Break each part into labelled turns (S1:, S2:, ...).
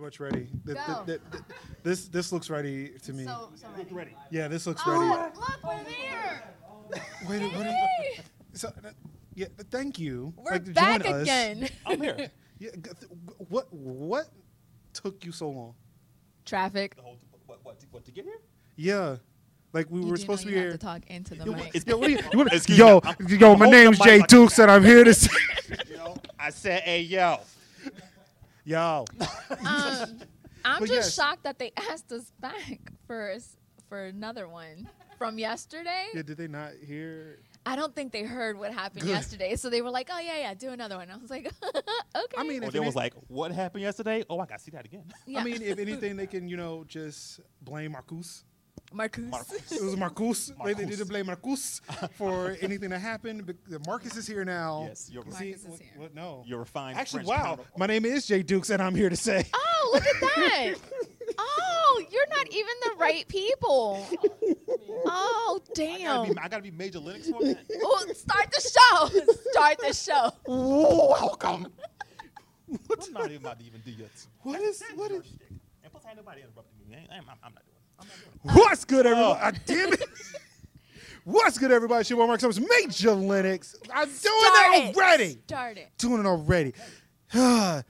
S1: much ready. Th- th-
S2: Go.
S1: th- th- This, this looks ready to me.
S2: So, so ready.
S1: Yeah, this looks ready.
S2: Oh, look, look, we're there.
S1: Wait, wait, wait.
S2: Yay!
S1: So, uh, yeah, th- thank you.
S3: We're
S1: Like, to
S3: back
S1: join us.
S3: again.
S4: I'm here.
S1: Yeah, g- th- what, what took you so long?
S3: Traffic.
S4: The whole, what, what, what, to get here?
S1: Yeah, like we
S3: You
S1: were
S3: do
S1: supposed
S3: know
S1: to be
S3: you
S1: here.
S3: have to talk into the
S1: Yo,
S3: mic.
S1: what- yo, what do you- you wanna-
S4: Excuse
S1: yo,
S4: me, I'm-
S1: yo,
S4: I'm
S1: my
S4: holding
S1: name's
S4: the
S1: Jay
S4: mic like-
S1: Dukes, and I'm here to. say-
S4: Yo, I said, hey, yo.
S1: yo,
S3: Um,
S1: But
S3: I'm just
S1: yes.
S3: shocked that they asked us back for s- for another one from yesterday.
S1: yeah, did they not hear?
S3: I don't think they heard what happened
S1: Good.
S3: yesterday, so they were like, "Oh yeah, yeah, do another one." I was like, "Okay."
S1: I mean, if
S4: Or Oh, they
S1: any-
S4: was like, what happened yesterday? Oh, I got to see that again.
S3: yeah.
S1: I mean, if anything, they can you know just blame Marcus.
S3: Marcus.
S4: Marcus.
S1: It was Marcus. Like, they
S4: Marcus.
S1: did blame Marcus for anything that happened. But Marcus is here now.
S4: Yes, you're
S1: Is
S4: right.
S1: he-
S3: Marcus is
S1: what-
S3: here.
S1: What, no.
S4: Your refined
S1: Actually,
S4: French
S1: wow.
S4: counterpart.
S1: My name is Jay Dukes, and I'm here to say.
S3: Oh, look at that! oh, you're not even the right people. Oh,
S4: I gotta,
S3: damn!
S4: be, I gotta be major Linux for that.
S3: Oh, start the show. Start the show.
S4: Welcome. I'm not even about to even do your.
S1: What is? What is?
S4: And plus, ain't nobody interrupting me. I ain't- I'm, I'm, I'm not doing it. I'm not doing it.
S1: What's good, everybody?
S4: Oh.
S1: Ah, damn it. What's good, everybody? It's your boy Mark Summers, Major Linux. I'm doing
S3: Start
S1: it already.
S3: It. Start it.
S1: Doing it already. This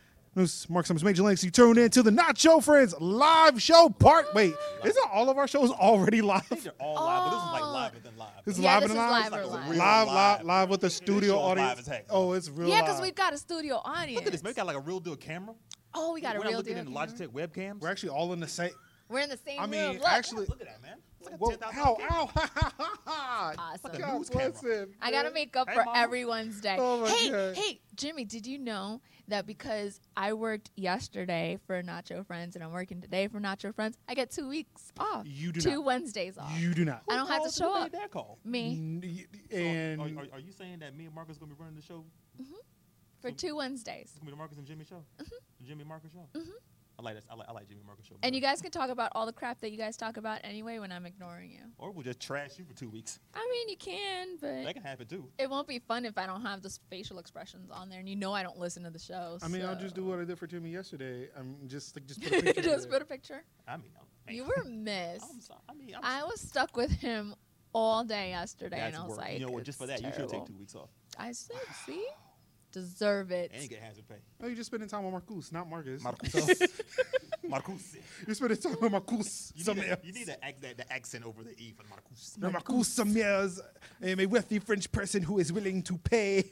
S1: is Mark Summers, Major Linux. You tuned in to the Nacho Friends live show part. Wait, isn't all of our shows already
S4: I think
S1: live?
S4: they're all live, but this is like
S3: Oh.
S4: live and then live.
S1: It's
S3: Yeah,
S1: live
S3: this
S1: and
S3: is
S1: live.
S3: live or
S1: It's
S3: live.
S1: live, live, live,
S4: Live.
S1: with the
S4: show
S1: studio
S4: is live
S1: audience.
S4: as heck.
S1: Oh, it's real.
S3: Yeah, because
S1: live.
S3: we've got a studio audience.
S4: Look at this. Man, we got like a real deal camera.
S3: Oh, we got
S4: We're
S3: a
S4: not
S3: real
S4: looking
S3: deal.
S4: into
S3: camera.
S4: Logitech webcams.
S1: We're actually all in the same.
S3: We're in the same
S1: I
S3: room.
S1: mean,
S3: Look.
S1: actually,
S4: Look at that, man. It's like a
S1: whoa,
S4: 10,000
S1: ow,
S4: camera.
S1: ow, ha, ha, ha, ha.
S3: Awesome.
S4: Like a
S1: God
S4: news
S1: bless
S4: camera.
S1: him,
S3: Uh, I gotta
S1: man.
S3: make up
S4: Hey,
S3: for
S4: Mama.
S3: everyone's day.
S1: Oh, my
S3: hey,
S1: God.
S3: hey, Jimmy, did you know that because I worked yesterday for Nacho Friends and I'm working today for Nacho Friends, I get two weeks off.
S1: You do
S3: two
S1: not.
S3: Wednesdays off.
S1: You do not.
S3: I don't have to
S4: Calls,
S3: show
S4: who made
S3: up.
S4: That call.
S3: Me
S1: N- y-
S4: So,
S1: And
S4: are, are, are you saying that me and Marcus gonna be running the show?
S3: for two Wednesdays.
S4: It's gonna be the Marcus and Jimmy show.
S3: Mm-hmm.
S4: The Jimmy and Marcus show. I like that. I like, I like Jimmy and Marcus show.
S3: And
S4: better.
S3: you guys can talk about all the crap that you guys talk about anyway when I'm ignoring you.
S4: or we'll just trash you for two weeks.
S3: I mean, you can,
S4: That
S3: but
S4: can happen too.
S3: it won't be fun if I don't have the facial expressions on there and you know I don't listen to the show.
S1: I mean, I'll just do what I did for Jimmy yesterday. I'm just like just put a picture.
S3: Just
S1: there.
S3: put a picture.
S4: I mean, I'm, man,
S3: You were
S4: I'm
S3: missed.
S4: sorry. I mean, I'm
S3: I was stuck with him all day yesterday,
S4: That's
S3: and I was
S4: work.
S3: like,
S4: you know what? Just for that,
S3: "It's
S4: you should take
S3: terrible."
S4: two weeks off
S3: I said, "See, deserve it."
S4: and you get hazard pay.
S1: No, you're just spending time with Marcus, not Marcus.
S4: Marcus. Marcus.
S1: You're spending time with Marcus.
S4: You need,
S1: Somewhere.
S4: to, you need to act that the accent over the E for Marcus.
S1: Now, Marcus Samiers, I'm a wealthy French person who is willing to pay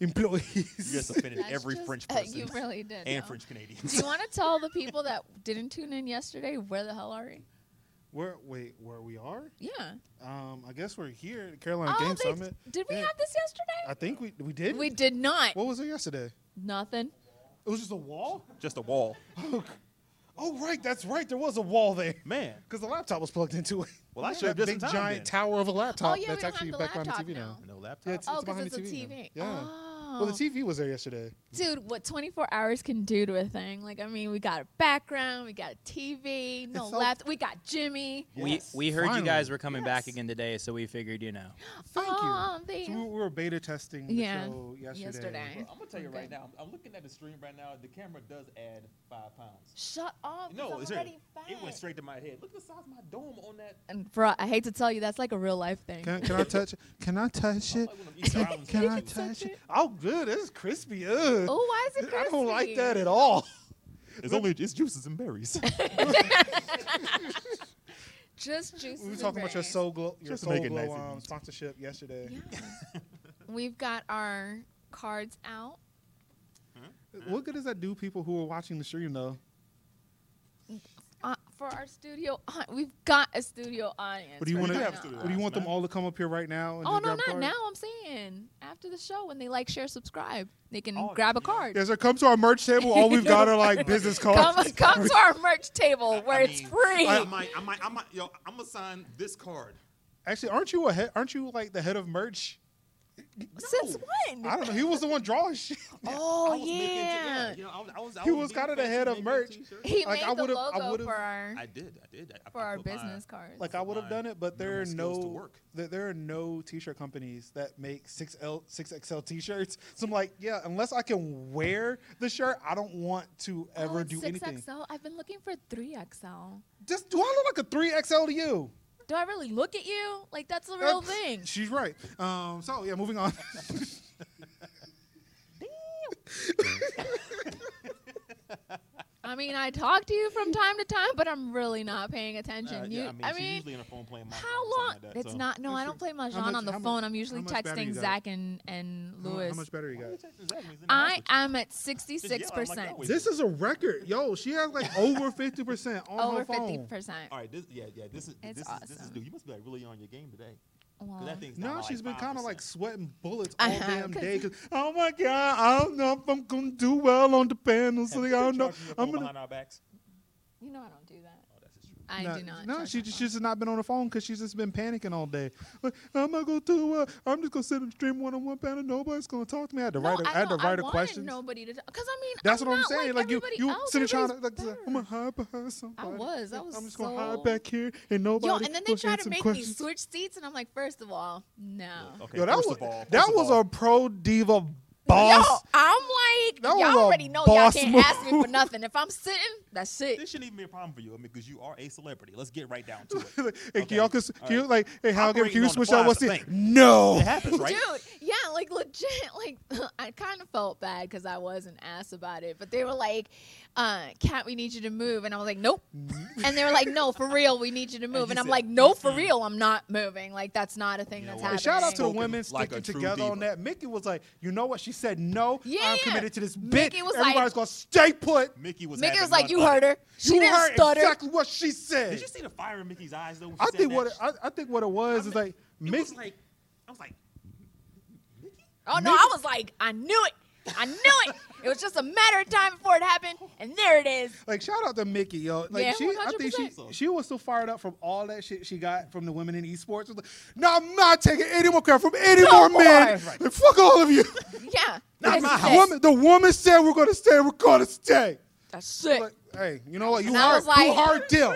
S1: employees.
S4: You just offended
S3: That's
S4: every
S3: just-
S4: French
S3: uh,
S4: person.
S3: you really did.
S4: And
S3: though.
S4: French Canadians.
S3: Do you want to tell the people that didn't tune in yesterday where the hell are we?
S1: Where? Wait, where we are?
S3: Yeah.
S1: Um, I guess we're here at Carolina
S3: oh,
S1: Game
S3: they-
S1: Summit.
S3: did we
S1: Yeah.
S3: have this yesterday?
S1: I think we we did.
S3: we did not.
S1: What was it yesterday?
S3: Nothing.
S1: It was just a wall.
S4: Just a wall.
S1: Oh right, that's right. There was a wall there
S4: Man.
S1: because the laptop was plugged into it.
S4: Well, I
S1: Yeah,
S4: showed up
S1: that
S4: just
S1: big
S4: in time
S1: giant
S4: then.
S1: tower of a laptop
S3: Oh, yeah, we
S1: that's
S3: don't have
S1: actually
S3: the
S1: back behind the
S3: laptop
S1: TV now.
S3: now.
S4: No laptop.
S1: Yeah, it's,
S3: Oh,
S1: it's behind
S3: 'cause
S1: the
S3: it's a
S1: TV. now.
S3: TV.
S1: Yeah.
S3: Oh.
S1: Well, the TV was there yesterday.
S3: Dude, what 24 hours can do to a thing? Like, I mean, we got a background, we got a TV, no
S1: It's all-
S3: left, we got Jimmy.
S5: We,
S4: Yes.
S5: we heard you guys
S1: Finally.
S5: were coming back
S3: Yes.
S5: again today, so we figured, you know.
S1: Thank
S3: oh,
S1: you.
S3: They,
S1: So we we were beta testing the
S3: Yeah,
S1: show yesterday.
S3: yesterday.
S4: I'm gonna tell you
S3: Okay.
S4: right now. I'm, I'm looking at the stream right now. The camera does add five pounds.
S3: Shut up.
S4: No,
S3: it's
S4: it's real.
S3: already fat.
S4: It went straight to my head. Look at the size of my dome on that.
S3: And bro, I hate to tell you, that's like a real life thing.
S1: Can, can I touch? Can I touch
S4: I'm
S1: it?
S4: like one of them Easter Island
S1: Can I
S4: statues.
S1: touch it? Oh, good. It's crispy. Ugh.
S3: Oh, why is it crispy?
S1: I don't like that at all.
S4: It's only it's juices and berries.
S3: Just juices.
S1: We were
S3: and
S1: talking about your
S3: berries.
S1: soul glow, your
S4: Just to
S1: soul
S4: make it nice
S1: glow
S4: and
S1: um,
S4: easy.
S1: sponsorship yesterday.
S3: Yeah. We've got our cards out.
S1: What good does that do people who are watching the stream though?
S3: Uh, for our studio, au- we've got a studio audience.
S1: But do you
S3: right
S1: wanna-
S3: now.
S1: You
S4: have a
S1: Or do you want them
S4: man.
S1: all to come up here right now? And
S3: Oh
S1: just
S3: no,
S1: grab
S3: not
S1: a card?
S3: now. I'm saying after the show when they like, share, subscribe, they can
S4: Oh,
S3: grab a
S4: yeah.
S3: card.
S1: Yeah, so come to our merch table. All we've got are like business cards.
S3: Come, come to our merch table where it's free.
S4: I might, I might, I might, yo, I'm gonna sign this card.
S1: Actually, aren't you a head, aren't you like the head of merch?
S3: Since when?
S1: I don't know. He was the one drawing shit.
S3: oh
S4: I was making t-
S3: yeah.
S4: you know, I was, I was, I
S1: He was
S4: big
S1: kinda the
S4: fan
S1: head of
S4: making
S1: merch.
S4: t-shirts.
S3: He
S1: Like,
S3: made
S1: I
S3: the
S1: would've- I
S3: logo
S1: would've-
S3: for our
S4: I did. I did. I, I
S3: for our
S4: put my-
S3: business cards.
S1: Like I would have
S4: Mine
S1: done it, but there are
S4: minimal skills to
S1: no
S4: work.
S1: there, there are no t-shirt companies that make six L six XL t-shirts. So I'm like, yeah, unless I can wear the shirt, I don't want to ever
S3: oh,
S1: do
S3: six
S1: anything.
S3: XL. I've been looking for three XL.
S1: Just do I look like a three XL to you?
S3: Do I really look at you? Like that's the real
S1: That's-
S3: thing.
S1: She's right. Um, so yeah, moving on.
S3: I mean, I talk to you from time to time, but I'm really not paying attention.
S4: Uh,
S3: you,
S4: yeah,
S3: I
S4: she's
S3: mean,
S4: usually on her phone playing Minecraft
S3: how
S4: or something
S3: long?
S4: like that,
S3: it's
S4: so-
S3: not. No, I don't play
S1: How
S3: Mahjong
S1: much-
S3: on the
S1: how much-
S3: phone. I'm
S1: how
S3: usually
S1: much battery
S3: texting
S1: you got?
S3: Zach and and
S1: How mu-
S3: Lewis.
S1: How much battery you
S4: Why you
S1: got?
S4: texting Zach when he's in the house
S3: I
S4: with you?
S3: am at 66
S4: Just yell at him like
S3: percent.
S4: always.
S1: This is a record, yo. She has like over fifty percent on
S3: Over
S1: her phone.
S3: 50 percent.
S4: All right, this yeah yeah this is
S3: It's
S4: this is this is
S3: awesome.
S4: dude. You must be like really on your game today. 'Cause
S3: Well,
S4: that thing's
S1: No,
S4: down by,
S1: she's been
S4: like
S1: kind of
S4: 5%.
S1: like sweating bullets all
S3: I have,
S1: damn
S3: Uh-huh, 'cause-
S1: day. 'cause, oh my god, I don't know if I'm gonna do well on the panel. So
S4: Have
S1: I
S4: you
S1: don't
S4: been
S1: know.
S4: charging your
S1: I'm
S4: phone
S1: gonna.
S4: behind our backs.
S3: you know I don't do that.
S4: Oh, that's just true.
S3: I
S1: Nah,
S3: do not.
S1: No,
S3: charge
S1: she
S3: my
S1: just,
S3: phone.
S1: she's just not been on the phone because she's just been panicking all day. Like, I'm not gonna do well. I'm just gonna sit and stream one on one panel. Nobody's gonna talk to me. I had to
S3: No,
S1: write. A, I had to
S3: don't-
S1: write a
S3: wanted
S1: question.
S3: Nobody to. Because I mean,
S1: That's
S3: I'm
S1: what I'm
S3: not
S1: saying. Like,
S3: Like,
S1: you,
S3: everybody
S1: you
S3: else.
S1: sitting trying to
S3: Everybody's
S1: like, say, I'm gonna hide behind somebody.
S3: was. That was
S1: I'm just gonna
S3: so-
S1: hide back here and nobody.
S3: Yo, and then they
S1: will
S3: try
S1: answer
S3: to make
S1: questions.
S3: me switch seats, and I'm like, first of all, no.
S4: Okay,
S1: Yo, that
S4: first
S1: was
S4: of all, first
S1: that
S4: of
S1: was
S4: all,
S1: a pro diva boss.
S3: Yo, I'm like,
S1: That was a
S3: y'all already know y'all
S1: boss
S3: can't
S1: move.
S3: ask me for nothing. If I'm sitting, that's it.
S4: This shouldn't even be a problem for you, I mean, because you are a celebrity. Let's get right down to it.
S1: like, hey,
S4: Okay.
S1: can y'all can,
S4: All
S1: can you
S4: right.
S1: like hey how can
S4: Operating
S1: you
S4: on the
S1: switch
S4: fly
S1: out
S4: is
S1: what's
S4: a
S1: it?
S4: thing.
S1: No.
S4: It happens, right?
S3: Dude, yeah, like legit, like I kind of felt bad because I wasn't asked about it, but they were like, uh, "Cat, we need you to move," and I was like, "Nope," and they were like, "No, for real, we need you to move,"
S4: you
S3: and, I'm
S4: said,
S3: like, "No, for
S4: "Mm-mm."
S3: real, I'm not moving. Like that's not a thing
S4: You know
S3: that's
S4: what?
S1: Hey,
S3: happening."
S1: shout out to the
S4: Spoken
S1: women
S4: like
S1: sticking
S4: a true
S1: together on
S4: diva.
S1: that. Mickey was like, you know what? She said no.
S3: Yeah.
S1: I'm committed to this bitch.
S3: Mickey was like-
S1: Everybody's gonna stay put.
S4: Mickey was.
S3: Mickey
S4: having
S3: was like,
S4: none
S3: "You
S4: of
S3: heard
S4: it.
S3: her. She
S1: you
S3: didn't
S1: heard
S3: stutter."
S1: exactly what she said.
S4: Did you see the fire in Mickey's eyes though? when she
S1: I
S4: said
S1: think
S4: that?
S1: what it, I, I think what it was
S4: I
S1: is
S4: mean,
S1: like
S4: It
S1: Mick-
S4: was like, I was like, Mickey.
S3: Oh no, I was like, I knew it. I knew it. It was just a matter of time before it happened, and there it is.
S1: Like shout out to Mickey, yo. Like
S3: Yeah,
S1: she, I think she
S4: 100%.
S1: she was so fired up from all that shit she got from the women in esports. It was like, no, I'm not taking any more crap from any
S3: No
S1: more men.
S3: more.
S1: Like, fuck all of you.
S3: Yeah.
S4: Not
S3: that's
S4: my
S3: it.
S4: house.
S1: Woman, the woman said we're gonna stay. We're gonna stay.
S3: That's it.
S1: Like, hey, you know what? You
S3: And I
S1: hard,
S3: was like-
S1: you hard deal.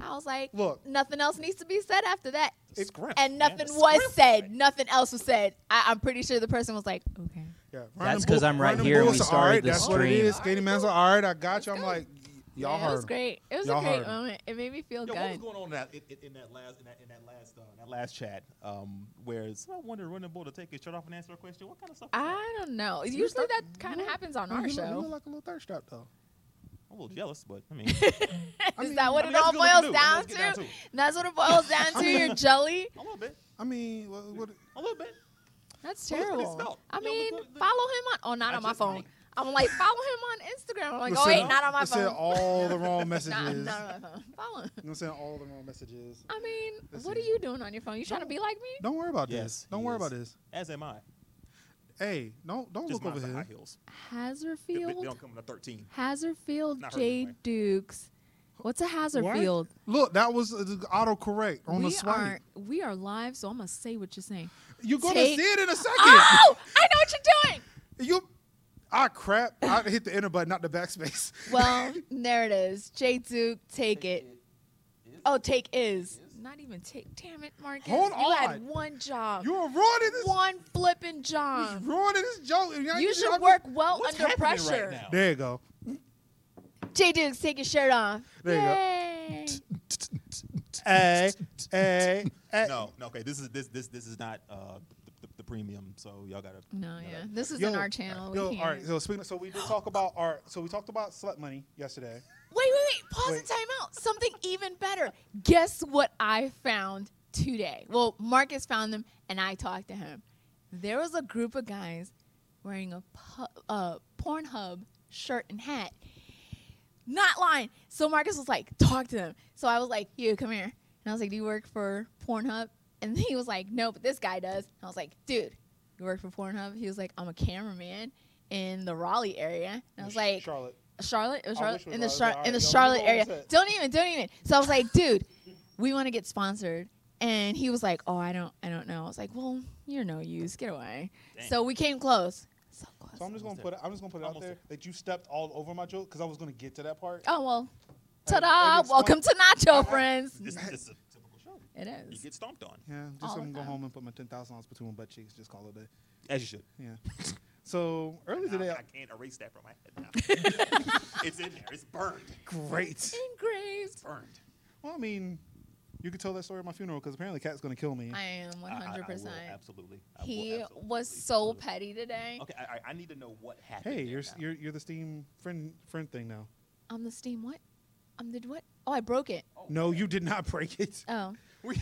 S3: I was like,
S1: Look.
S3: nothing else needs to be said after that.
S4: Script,
S3: And
S4: man,
S3: nothing
S4: the
S3: was
S4: script.
S3: said. Nothing else was said. I, I'm pretty sure the person was like, okay.
S1: Yeah,
S2: That's
S1: Ryan Bull-
S2: 'cause I'm right
S1: Ryan
S2: here and
S1: Bull
S2: we
S1: said,
S2: started
S1: "All right,
S2: this
S1: that's what it
S2: stream."
S1: is. Skating man said, all right, I got you. I'm
S3: go.
S1: like, y'all
S3: Yeah,
S1: hard.
S3: It was great. It was
S1: Y'all
S3: a great
S1: heard him.
S3: moment. It made me feel
S4: Yo, what was
S3: good.
S4: going on in that in, in- in that last in that, in that last uh, in that last chat? Um, where someone wanted Running Bull to take his shirt off and answer a question. What kind of stuff? was that?
S3: I don't know.
S1: You
S3: Usually
S1: look-
S3: that
S1: you
S3: kind of
S1: look-
S3: happens on
S1: you
S3: our
S1: look- You look
S3: show.
S1: like a little thirst trap though.
S4: I'm a little jealous, but I mean,
S1: I
S3: Is
S1: mean,
S3: that what
S4: I
S3: it
S4: mean, that's
S3: all
S4: good looking
S3: boils
S4: dude. I mean,
S3: down
S4: let's get
S3: to?
S4: down to
S3: That's what it boils down to. You're jelly.
S4: a little bit,
S1: I mean, what, what,
S4: a little bit.
S3: That's
S4: Well, look what it's
S3: terrible.
S4: about.
S3: I
S4: Yo,
S3: mean,
S4: look what-
S3: follow him on. Oh, not
S4: I
S3: on my
S4: just
S3: phone.
S4: like-
S3: I'm like, follow him on Instagram. I'm like,
S1: We're
S3: oh wait,
S1: sending-
S3: not on my
S1: we're sending
S3: phone.
S1: all the wrong
S3: Nah,
S1: messages.
S3: not on my phone. Follow him.
S1: I'm saying all the wrong messages.
S3: I mean,
S1: This
S3: what are
S1: is-
S3: you doing on your phone? You trying to be like me?
S1: Don't worry about
S4: Yes,
S1: this. Don't
S4: he
S1: worry
S4: is.
S1: about this.
S4: As am I.
S1: Hey, don't don't
S4: Just
S1: look over
S4: mine's the high
S1: here.
S4: heels. They- They, they
S3: Hazardfield.
S4: don't come in a 13.
S3: Hazardfield
S4: Not her
S3: J.
S4: anyway.
S3: Dukes. What's a
S1: What?
S3: Hazardfield?
S1: Look, that was uh, autocorrect on the
S3: We
S1: swipe.
S3: are we are live, so I'm gonna say what you're saying.
S1: You're gonna
S3: Take-
S1: see it in a second.
S3: Oh, I know what you're doing.
S1: You, I crap. I hit the enter button, not the backspace.
S3: Well, there it is. J. Duke, take it. Oh, take is.
S4: Is.
S3: Not even take. Damn it, Marcus.
S1: Hold
S3: you had
S1: on.
S3: one job.
S1: you are ruining this.
S3: one flipping
S1: You're
S3: job.
S1: ruining this joke. and y'all-
S3: You
S1: y'all
S3: should
S1: just-
S3: work well
S4: What's
S3: under
S4: happening right
S3: pressure.
S4: now?
S1: There you go.
S3: J Dukes, take your shirt off.
S1: There you go.
S3: Yay.
S1: Hey, hey, hey.
S4: No, no, okay. This is this this this is not uh the, the, the premium, so y'all gotta.
S3: No,
S4: y'all
S3: yeah.
S4: gotta-
S3: This
S1: Yo,
S3: isn't our channel.
S1: Yo,
S3: we
S1: all
S3: can't.
S1: right. So speaking, of, so we did talk about our. So we talked about slut money yesterday.
S3: Wait, wait, wait. Pause
S1: Wait.
S3: and time out. Something even better. Guess what I found today? Well, Marcus found them and I talked to him. There was a group of guys wearing a pu- uh, Pornhub shirt and hat. Not lying. So Marcus was like, talk to them. So I was like, you, come here. And I was like, do you work for Pornhub? And he was like, no, but this guy does. And I was like, dude, you work for Pornhub? He was like, I'm a cameraman in the Raleigh area. And I was like,
S1: Charlotte.
S3: Charlotte, it was
S1: I wish
S3: Charlotte
S1: it
S3: in the
S1: was
S3: Char-
S1: Raleigh.
S3: in the
S1: Alright, yo,
S3: Charlotte
S1: we know
S3: area.
S1: what's up.
S3: Don't even, don't even. So I was like, dude, we want to get sponsored. And he was like, "Oh, I don't, I don't know." I was like, "Well, you're no use. Get away."
S4: Dang.
S3: So we came close. So close.
S1: So I'm just gonna
S4: Almost
S1: put it, I'm just gonna put it out
S4: Almost
S1: there
S4: there.
S1: that you stepped all over my joke because I was gonna get to that part.
S3: oh well.
S1: Hey,
S3: Ta-da!
S1: hey, it's
S3: Welcome to Nacho
S1: Hey,
S3: Friends.
S4: This, this is a typical show.
S3: It
S4: You
S3: is.
S4: get stomped on,
S1: Yeah,
S3: All
S1: just I'm
S3: of
S1: gonna go
S3: them.
S1: home and put my ten thousand dollars between my butt cheeks. Just call it a day.
S4: as you should.
S1: Yeah. so earlier
S3: Oh,
S4: And
S1: today,
S4: I, I can't erase that from my head now. it's in there. It's burned.
S1: great.
S3: Engraved.
S4: Burned.
S1: Well, I mean, you could tell that story at my funeral because apparently Cat's gonna kill me.
S3: I am
S4: I- I- I will
S3: 100. percent
S4: Absolutely. I will
S3: He
S4: absolutely
S3: was so
S4: do it.
S3: petty today.
S4: Okay, I, I- I need to know what happened.
S1: hey,
S4: there
S1: you're,
S4: now.
S1: you're you're the Steam friend friend thing now.
S3: I'm the steam. What? I'm the what? Oh, I broke it.
S4: Oh,
S1: No,
S4: man.
S1: you did not break it.
S3: Oh.
S4: We-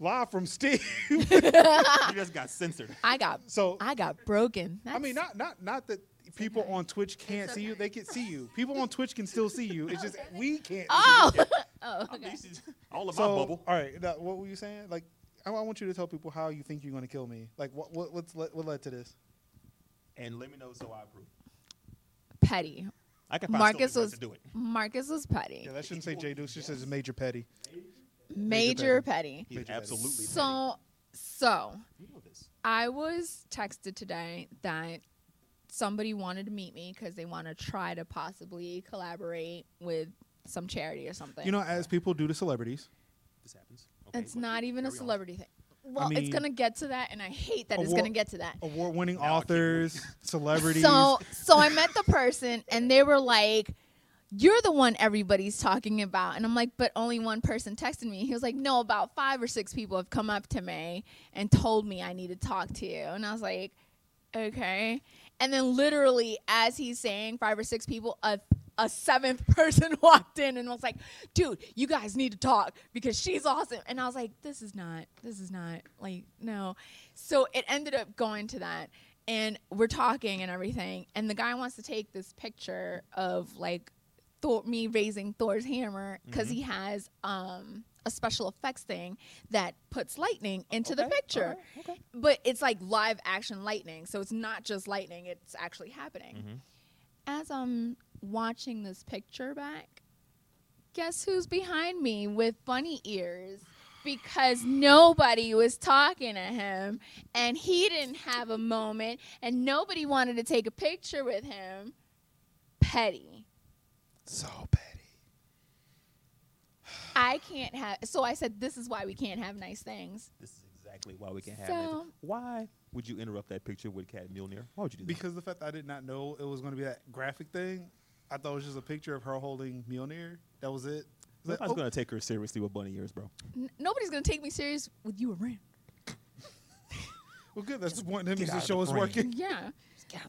S1: Live from Steam.
S4: you just got censored.
S3: I got
S1: so
S3: I got broken.
S1: I mean,
S3: That's-
S1: not not not that people
S3: okay.
S1: on Twitch can't see you. They can see you. People on Twitch can still see you. It's just
S3: Okay.
S1: we can't.
S3: Oh.
S4: Yeah.
S3: oh,
S4: I'm
S3: okay.
S4: used to- All of
S1: so, uh,
S4: my bubble.
S1: All right, now, what were you saying? Like, I, I want you to tell people how you think you're going to kill me. Like, what what what's le- what led to this?
S4: And let me know so I approve.
S3: Petty.
S4: I can find
S3: Marcus
S4: something
S3: was
S4: to do it.
S3: Marcus was petty.
S1: Yeah, that shouldn't say J Deuce. It just says Major Petty.
S3: Major petty.
S4: He's
S1: Major Petty.
S4: absolutely. petty.
S3: So so
S4: You know this.
S3: I was texted today that somebody wanted to meet me because they want to try to possibly collaborate with some charity or something.
S1: You know, as people do to celebrities,
S4: This happens. Okay,
S3: it's
S4: but
S3: not even a
S4: carry on.
S3: celebrity thing. Well, it's
S1: mean-
S3: gonna get to that, and I hate that
S1: A
S3: it's
S1: war-
S3: gonna get to that.
S1: award-winning
S4: Now I keep
S1: authors, celebrities.
S3: So so I met the person and they were like, You're the one everybody's talking about. And I'm like, but only one person texted me. He was like, No, about five or six people have come up to me and told me I need to talk to you. And I was like, Okay. And then literally as he's saying five or six people, a a seventh person walked in and was like, dude, you guys need to talk because she's awesome. And I was like, this is not, this is not, like, no. So it ended up going to that. And we're talking and everything. And the guy wants to take this picture of like Thor, me raising Thor's hammer because
S4: Mm-hmm.
S3: he has um, a special effects thing that puts lightning into the
S4: Okay,
S3: picture
S4: alright, okay.
S3: but it's like live action lightning so it's not just lightning it's actually happening
S4: Mhm.
S3: as i'm watching this picture back guess who's behind me with bunny ears because nobody was talking to him and he didn't have a moment and nobody wanted to take a picture with him petty e-
S1: so petty.
S3: i can't have so i said this is why we can't have nice things
S4: This is exactly why we can have it.
S3: So-
S4: Why would you interrupt that picture with Cat Mjolnir? Why would you do that?
S1: Because the fact that I did not know it was going to be that graphic thing, I thought it was just a picture of her holding Mjolnir. That was it. I was like,
S4: Nobody's
S1: oh,
S4: gonna take her seriously with bunny ears, bro.
S3: N- nobody's gonna take me serious with you around
S1: well, good. That's the point. That means
S4: get
S1: the
S4: out of
S1: show
S4: the
S1: is
S4: brain.
S1: working.
S3: yeah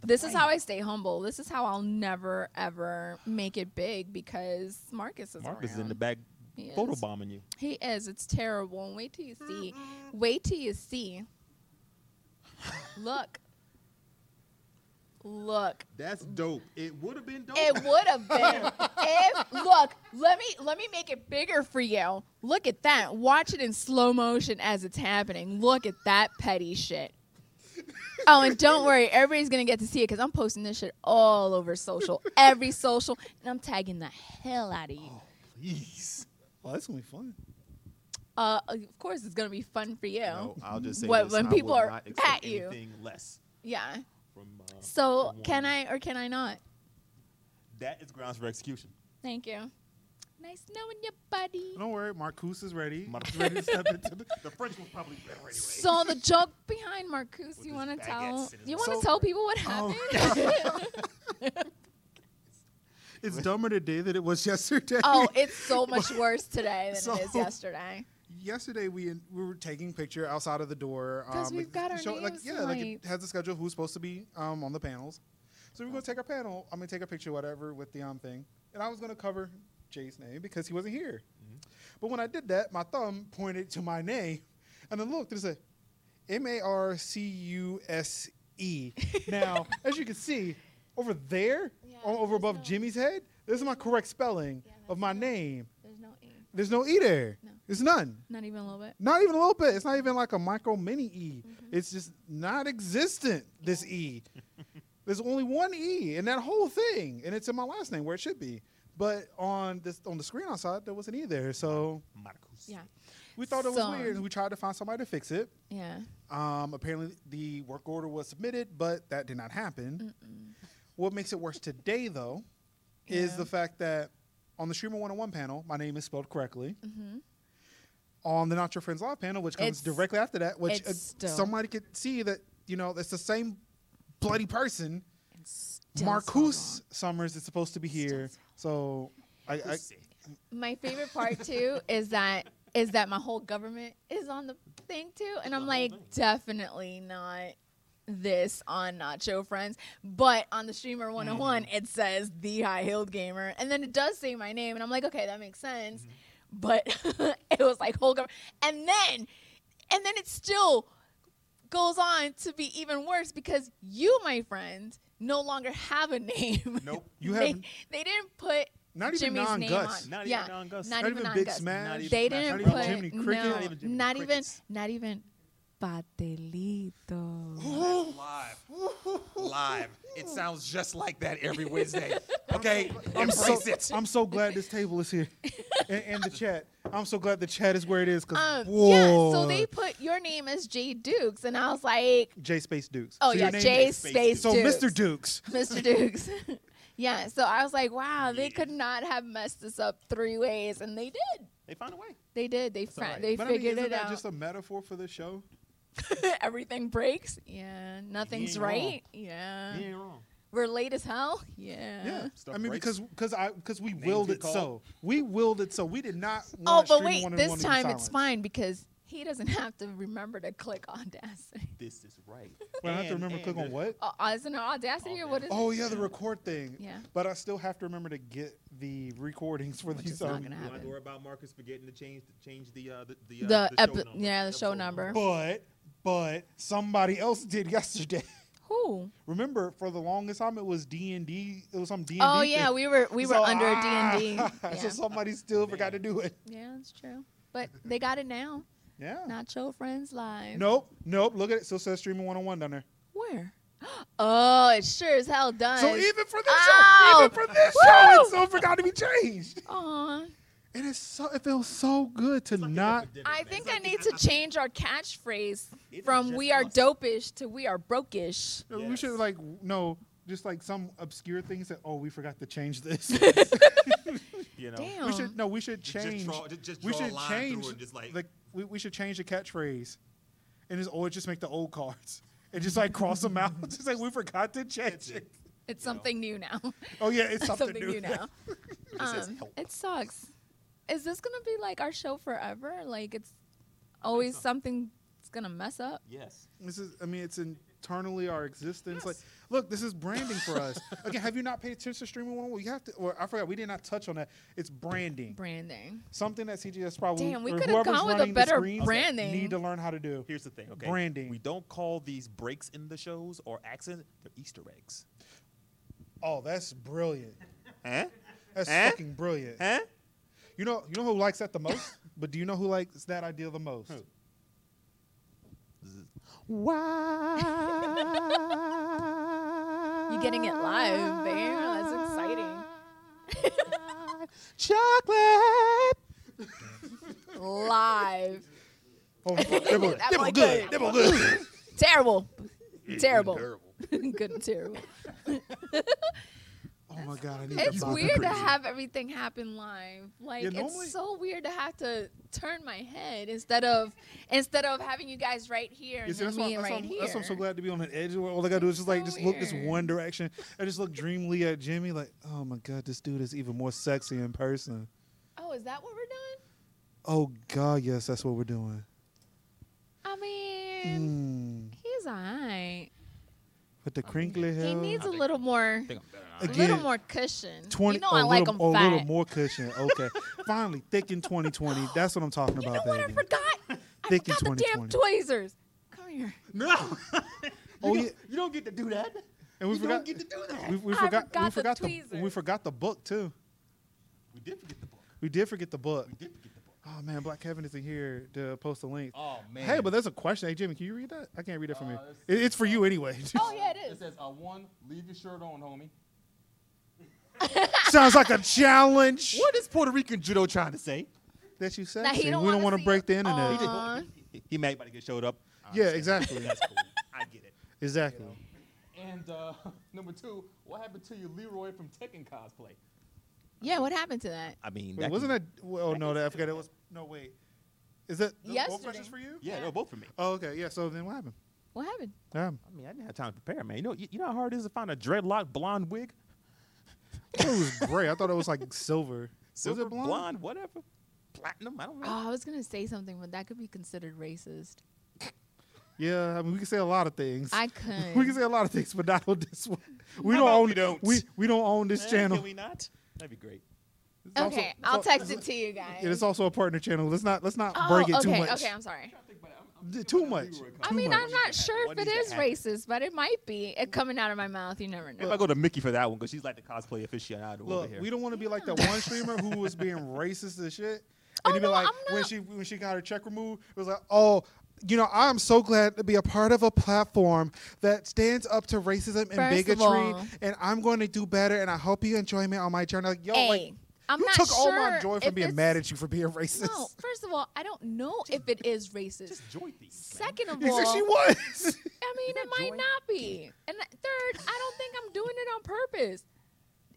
S3: this is how I stay humble. This is how I'll never ever make it big because Marcus is
S4: Marcus is
S3: around.
S4: in the back,
S3: He is.
S4: photobombing you.
S3: He is. It's terrible. And wait till you see. Wait till you see. Look. Look.
S4: That's dope. It would have been dope.
S3: It would have been. if look, let me let me make it bigger for you. Look at that. Watch it in slow motion as it's happening. Look at that petty shit. Oh, and don't worry, everybody's gonna get to see it because I'm posting this shit all over social, every social, and I'm tagging the hell out of you.
S4: Please.
S1: Well, that's gonna be fun.
S3: Uh, of course, it's gonna be fun for you.
S4: No, I'll just say
S3: What-
S4: this,
S3: when
S4: I would
S3: people are
S4: not expect
S3: at you.
S4: anything less
S3: Yeah.
S4: from. Uh,
S3: So
S4: from
S3: can
S4: one.
S3: I or can I not?
S4: That is grounds for execution.
S3: Thank you. Nice knowing you, buddy.
S1: Don't worry, Marcus is ready.
S4: Mar-
S1: He's ready to step into the.
S4: The French was probably better anyway.
S3: So the joke behind Marcus,
S4: With
S3: you
S4: his
S3: want to
S4: baguettes
S3: tell
S4: and his
S3: you want to
S1: So-
S3: tell people what happened? Oh,
S1: It's dumber today than it was yesterday.
S3: Oh, it's so much worse today than it is
S1: So-
S3: yesterday.
S1: yesterday we we were taking picture outside of the door
S3: 'Cause we've
S1: it-
S3: got our
S1: like
S3: names
S1: yeah like it
S3: lights.
S1: has a schedule of who's supposed to be um on the panels so we we're gonna take our panel i'm gonna take a picture whatever with the um thing and i was gonna cover jay's name because he wasn't here but when i did that my thumb pointed to my name and i looked and it said m-a-r-c-u-s-e E. now as you can see over there
S3: Yeah,
S1: o- over
S3: there's
S1: above
S3: no-
S1: jimmy's head this is my correct spelling
S3: Yeah,
S1: of
S3: that's
S1: my
S3: not-
S1: name
S3: There's no e,
S1: there's no e there
S3: No.
S1: there's none
S3: not even a little bit.
S1: not even a little bit. It's not even like a micro mini E. It's just not existent, this E. There's only one E in that whole thing, and it's in my last name where it should be. But on this on the screen outside, there wasn't either. So
S4: Marcus.
S3: Yeah.
S1: we thought it was
S3: So-
S1: weird. We tried to find somebody to fix it.
S3: Yeah.
S1: Um, apparently, the work order was submitted, but that did not happen. What makes it worse today, though, is
S3: Yeah.
S1: the fact that on the Streamer 101 panel, my name is spelled correctly.
S3: Mhm.
S1: On the Not Your Friends Live panel, which comes
S3: It's-
S1: directly after that, which
S3: it's
S1: uh,
S3: still-
S1: somebody could see that, you know, it's the same bloody person.
S3: It's still so
S1: Marcus Summers is supposed to be here.
S3: Still
S1: So I, I,
S3: long. My favorite part too is that is that my whole government is on the thing too, and I'm
S4: whole
S3: like
S4: thing.
S3: definitely not this on Nacho Friends, but on the streamer
S4: Mm-hmm.
S3: 101 it says the High Heeled Gamer, and then it does say my name, and I'm like, okay, that makes sense,
S4: Mm-hmm.
S3: but it was like whole government, and then and then it still goes on to be even worse because you, my friend, no longer have a name.
S4: Nope.
S1: you
S3: they,
S1: have
S3: they didn't put
S1: not even
S3: Jimmy's
S1: non
S3: name
S1: Gus.
S3: on.
S4: Not
S3: Yeah.
S4: even on Gus.
S3: Not
S1: Not
S3: even
S1: even
S3: on
S1: Big
S3: Gus.
S1: Smash.
S4: Not even
S3: they
S4: Smash,
S3: didn't
S1: not even
S3: put
S1: Jiminy
S3: no,
S1: Cricket.
S4: Not even Jiminy
S3: not even
S4: Crickets.
S3: not even patelito.
S2: Live. Live. It sounds just like that every Wednesday. Okay?
S1: I'm so,
S2: Embrace it.
S1: I'm so glad this table is here and, and the chat. I'm so glad the chat is where it is. Cause
S3: Um,
S1: boy,
S3: yeah, so they put your name as Jay Dukes, and I was like,
S1: J Space Dukes.
S3: oh
S1: So your
S3: yeah,
S1: name
S3: Jay
S1: is-
S3: Space
S4: Space Dukes.
S1: So
S3: Dukes.
S1: Mr. Dukes.
S3: Mr. Dukes. yeah, so I was like, wow, they
S4: Yeah.
S3: could not have messed this up three ways, and they did.
S4: They found a way.
S3: They did. They
S4: all
S3: fra-
S4: right.
S3: they
S1: But I mean,
S3: figured
S1: isn't
S3: it
S1: that
S3: out.
S1: just a metaphor for the show?
S3: Everything breaks. Yeah, nothing's
S4: ain't wrong.
S3: right.
S4: You
S3: Yeah.
S4: ain't wrong.
S3: we're late as hell. Yeah.
S1: Yeah,
S4: Stuff
S1: I mean
S4: breaks.
S1: because because I because we
S4: Names
S1: willed
S4: get
S1: it
S4: called.
S1: so we willed it so we did not.
S3: Oh,
S1: want
S3: but
S1: Streamer
S3: wait,
S1: 101
S3: this
S1: to be
S3: time it's
S1: silenced.
S3: fine because he doesn't have to remember to click Audacity.
S4: This is right.
S1: But I have to
S4: And-
S1: remember to
S4: and
S1: click on
S4: the-
S1: what?
S3: Uh, uh, isn't it Audacity or what is
S1: Oh
S3: it?
S1: yeah, the record thing.
S3: Yeah.
S1: But I still have to remember to get the recordings for
S3: Which
S1: these.
S3: is not
S1: um,
S3: gonna
S4: You don't have
S3: happen.
S4: to worry about Marcus forgetting to change the change the uh, the the,
S3: The,
S4: uh, the, show
S3: epi-
S4: number.
S3: yeah, the show
S4: Episode
S3: number.
S1: but but somebody else did yesterday.
S3: Who?
S1: Remember, for the longest time, it was D and D. It was some D and D.
S3: Oh yeah, we were we were under D and D.
S1: ah, So somebody still forgot to do it.
S3: Yeah, that's true. But they got it now.
S1: Yeah.
S3: Nacho Friends Live.
S1: Nope. Nope. Look at it. Still says streaming one on one down there.
S3: Where? Oh, it sure as hell does.
S1: So even for this
S3: Ow!
S1: show, even for this show,
S3: Oh! Woo!
S1: it still forgot to be changed.
S3: Aw.
S1: It is so. It feels so good to
S4: It's like an
S1: not.
S4: epidemic, man.
S3: I
S4: It's
S3: think
S4: like
S3: I
S4: it-
S3: need to change our catchphrase
S4: It is
S3: from
S4: just
S3: "We are
S4: us.
S3: dopish" to "We are brokish."
S1: We should
S4: Yes.
S1: like no, just like some obscure things that oh we forgot to change this.
S4: You know,
S3: Damn.
S1: we should no, we should
S4: Just
S1: change.
S4: draw- ju- just
S1: we
S4: draw a
S1: should
S4: line through
S1: change
S4: and just, like-
S1: we, we should change the catchphrase, and just or just make the old cards and just like cross them out. just like we forgot to change
S4: That's
S1: it.
S4: it.
S3: It's
S4: You know.
S3: something new now.
S1: Oh yeah, it's something,
S3: something new now.
S4: just says
S3: Um,
S4: help.
S3: it sucks. Is this gonna be like our show forever? Like it's always
S4: so.
S3: something's gonna mess up.
S4: Yes.
S1: This is I mean it's internally our existence.
S4: Yes.
S1: Like look, this is branding for us. Again, have you not paid attention to streaming one? You have to. Or I forgot we did not touch on that. It's branding.
S3: Branding.
S1: Something that CGS probably
S3: Damn, we
S1: or
S3: could've
S1: whoever's
S3: gone with a
S1: running the
S3: better
S1: screens
S3: branding.
S1: need to learn how to do.
S4: Here's the thing. Okay.
S1: Branding.
S4: We don't call these breaks in the shows or accidents. They're Easter eggs.
S1: Oh, that's brilliant.
S4: Huh?
S1: That's
S4: Huh?
S1: fucking brilliant.
S4: Huh?
S1: You know, you know who likes that the most. but do you know who likes that idea the most?
S4: Who?
S3: You're getting it live, babe. Oh, That's exciting.
S1: Chocolate.
S3: Live.
S1: Oh, they're good.
S3: That
S1: They're
S3: one
S1: good.
S3: good.
S1: They're good.
S3: terrible. terrible. Good and terrible.
S1: Oh my god, I need
S3: It's
S1: to buy the
S3: weird to
S1: crazy.
S3: have everything happen live. Like
S1: Yeah, normally-
S3: it's so weird to have to turn my head instead of instead of having you guys right here
S1: You
S3: and
S1: see,
S3: then
S1: that's why,
S3: me
S1: that's, why
S3: right
S1: I'm,
S3: here.
S1: that's why I'm so glad to be on the edge. Where all I gotta do is just like
S3: so
S1: just look this
S3: weird.
S1: one direction. I just look dreamily at Jimmy, like, oh my god, this dude is even more sexy in person.
S3: Oh, is that what we're doing?
S1: Oh god, yes, that's what we're doing.
S3: I mean,
S1: Mm,
S3: he's alright.
S1: Hmm, with the crinkly hair.
S3: He needs a
S2: I think-
S3: little more,
S2: I think I'm better now.
S3: a
S1: Again,
S3: little more cushion.
S1: 20,
S3: you know
S1: a
S3: I like him
S1: little, a
S3: fat.
S1: little more cushion. Okay, finally, thick in 2020. That's what I'm talking
S3: you know
S1: about,
S3: what I
S1: baby.
S3: forgot? I
S1: Thick in
S3: forgot the damn
S1: 2020.
S3: tweezers. Come here.
S4: No.
S1: Oh,
S4: you,
S1: yeah.
S4: don't, you don't get to do that.
S1: And we
S4: you
S1: forgot.
S4: don't get to do that.
S1: We, we
S3: I
S1: forgot.
S3: forgot
S1: we
S3: the
S1: forgot the, we
S3: tweezers.
S1: forgot the book too.
S4: We did forget the book.
S1: We did forget the book.
S4: We did forget the book.
S1: Oh man, Black Kevin isn't here to post the link.
S2: Oh, man.
S1: Hey, but there's a question. Hey, Jimmy, can you read that? I can't read it from
S2: Uh,
S1: here.
S2: let's
S1: It, it's for you anyway.
S3: Oh yeah, it
S2: It
S3: is.
S2: says, uh, one, leave your shirt on, homie.
S1: Sounds like a challenge.
S4: What is Puerto Rican judo trying to say?
S1: That you said.
S3: Now, he
S1: We
S3: don't
S1: don't
S3: wanna
S1: want to
S3: see
S1: break
S3: it.
S1: the internet.
S3: Aw. Uh.
S4: He, he mad about to get showed up. I
S1: Yeah,
S4: understand.
S1: exactly.
S4: That's cool. I get it.
S1: Exactly.
S4: And uh, number two, what happened to your Leroy from Tekken cosplay?
S3: Yeah, what happened to that?
S4: I mean,
S1: Wait, wasn't that? Well, oh no, that, I forgot it was. No, wait. Is that the- both
S3: Yesterday.
S1: questions for you?
S4: Yeah, they were both for me.
S1: Oh, okay. Yeah. So then what happened?
S3: What happened?
S1: Um,
S4: I mean, I didn't have time to prepare, man. You know, you, you know how hard it is to find a dreadlock blonde wig,
S1: I thought it was gray. I thought it was like silver.
S4: silver
S1: was it blonde?
S4: whatever, platinum. I don't know.
S3: Oh, I was gonna say something, but that could be considered racist.
S1: Yeah. I mean, we can say a lot of things.
S3: I could.
S1: we can say a lot of things, but not on this one. We
S4: How
S1: don't
S4: about
S1: own.
S4: we don't?
S1: We, we don't own this
S4: Eh,
S1: channel.
S4: Can we not? That'd be great.
S1: It's also-
S3: okay,
S1: it's
S3: I'll
S1: al-
S3: text it to you guys.
S1: It is also a partner channel. Let's not let's not
S3: Oh,
S1: break it
S3: okay,
S1: too much.
S3: Okay, I'm sorry.
S1: D- Too much.
S3: I
S1: Too
S3: mean,
S1: much.
S3: I'm not sure
S4: What
S3: if it
S4: needs
S3: is
S4: to happen?
S3: racist, but it might be. It coming out of my mouth, you never
S4: If I
S3: know.
S4: go to Mickey for that one, because she's like the cosplay aficionado over
S1: Look,
S4: here.
S1: we don't want to be like that one streamer who was being racist as shit.
S3: Oh,
S1: And he'd be
S3: no,
S1: like,
S3: I'm
S1: when
S3: not-
S1: she when she got her check removed, it was like, oh, you know, I'm so glad to be a part of a platform that stands up to racism and
S3: First of
S1: bigotry,
S3: all-
S1: and I'm going to do better. And I hope you enjoy me on my journey. Like, yo, like,
S3: Hey, I'm
S1: you
S3: not
S1: took
S3: sure
S1: all my joy from
S3: if
S1: being
S3: it's-
S1: mad at you for being racist.
S3: No, first of all, I don't know if it is racist.
S4: Just joy thieves.
S3: Second of
S1: You
S3: all,
S1: said she was.
S3: I mean, it
S4: that
S3: might
S4: joy?
S3: not be. And th- third, I don't think I'm doing it on purpose.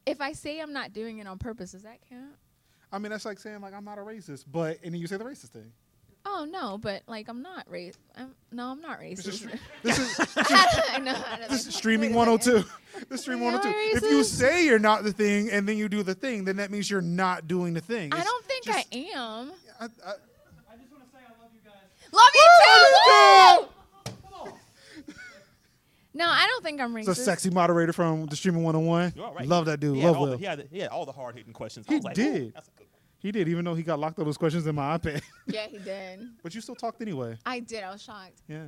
S3: If I say I'm not doing it on purpose, does that count?
S1: I mean, that's like saying like I'm not a racist, but and then you say the racist thing.
S3: Oh no, but like I'm not racist. I'm, no, I'm not
S1: This is
S3: racist.
S1: this is
S3: I know, I know.
S1: This is streaming 102. This is streaming
S3: Am I
S1: 102. If you
S3: racist?
S1: say you're not the thing and then you do the thing, then that means you're not doing the thing.
S3: I
S1: It's
S3: don't think
S1: just-
S3: I am.
S1: I, I,
S5: I just want to say I love you guys.
S3: Love you too. Woo!
S5: Come on.
S3: No, I don't think I'm racist.
S1: it's a sexy moderator from the streaming 101.
S4: You're all right.
S1: Love that dude.
S4: He had
S1: Love
S4: all
S1: Will.
S4: The, he, had, he had all the hard hitting questions. I
S1: He
S4: was like, "Ooh,
S1: did.
S4: That's a good one.
S1: He did, even though he got locked on those questions in my iPad.
S3: Yeah, he did.
S1: but you still talked anyway.
S3: I did. I was shocked.
S1: Yeah.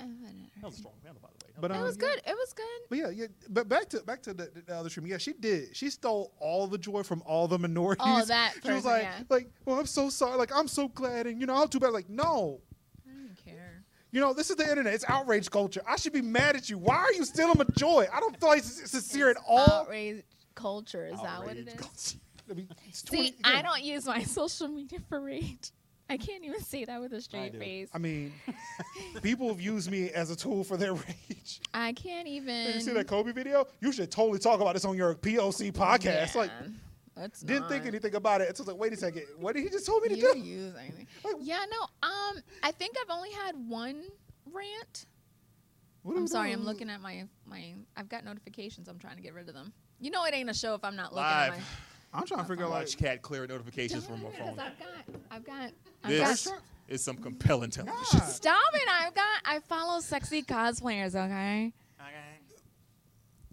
S3: Uh, whatever.
S4: That was a strong panel, by the way.
S1: But,
S3: It
S1: um,
S3: was good. It was good.
S1: But yeah, yeah. But back to back to the, the other stream. Yeah, she did. She stole all the joy from all the minorities.
S3: Oh, that
S1: she was
S3: person,
S1: like,
S3: yeah.
S1: like, well, I'm so sorry. Like, I'm so glad, and you know, I'll do better. Like, no,
S3: I didn't care.
S1: You know, this is the internet. It's outrage culture. I should be mad at you. Why are you stealing my joy? I don't feel like it's sincere at all.
S3: Outrage culture is that what it
S4: Outrage
S3: is?
S4: culture.
S1: I mean, it's 20
S3: See, I
S1: again,
S3: don't use my social media for rage. I can't even say that with a straight
S4: do.
S3: face.
S1: I mean, people have used me as a tool for their rage.
S3: I can't even.
S1: you see that Kobe video? You should totally talk about this on your POC podcast. Like,
S3: Yeah, let's
S1: didn't
S3: not.
S1: think anything about it. It's like, wait a second. What did he just told me to
S3: You're
S1: do?
S3: using me.
S1: Like-
S3: Yeah, no. Um, I think I've only had one rant.
S1: What
S3: I'm
S1: was
S3: sorry,
S1: that?
S3: I'm looking at my my. I've got notifications. I'm trying to get rid of them. You know, it ain't a show if I'm not looking at
S2: Live.
S3: my.
S1: I'm trying to figure out like.
S2: Watch Cat clear notifications from her
S3: Because I've
S2: phone.
S3: got, I've got, I've
S2: This
S3: got.
S2: is some compelling television.
S1: God.
S3: Stop it! I've got. I follow sexy cosplayers. Okay.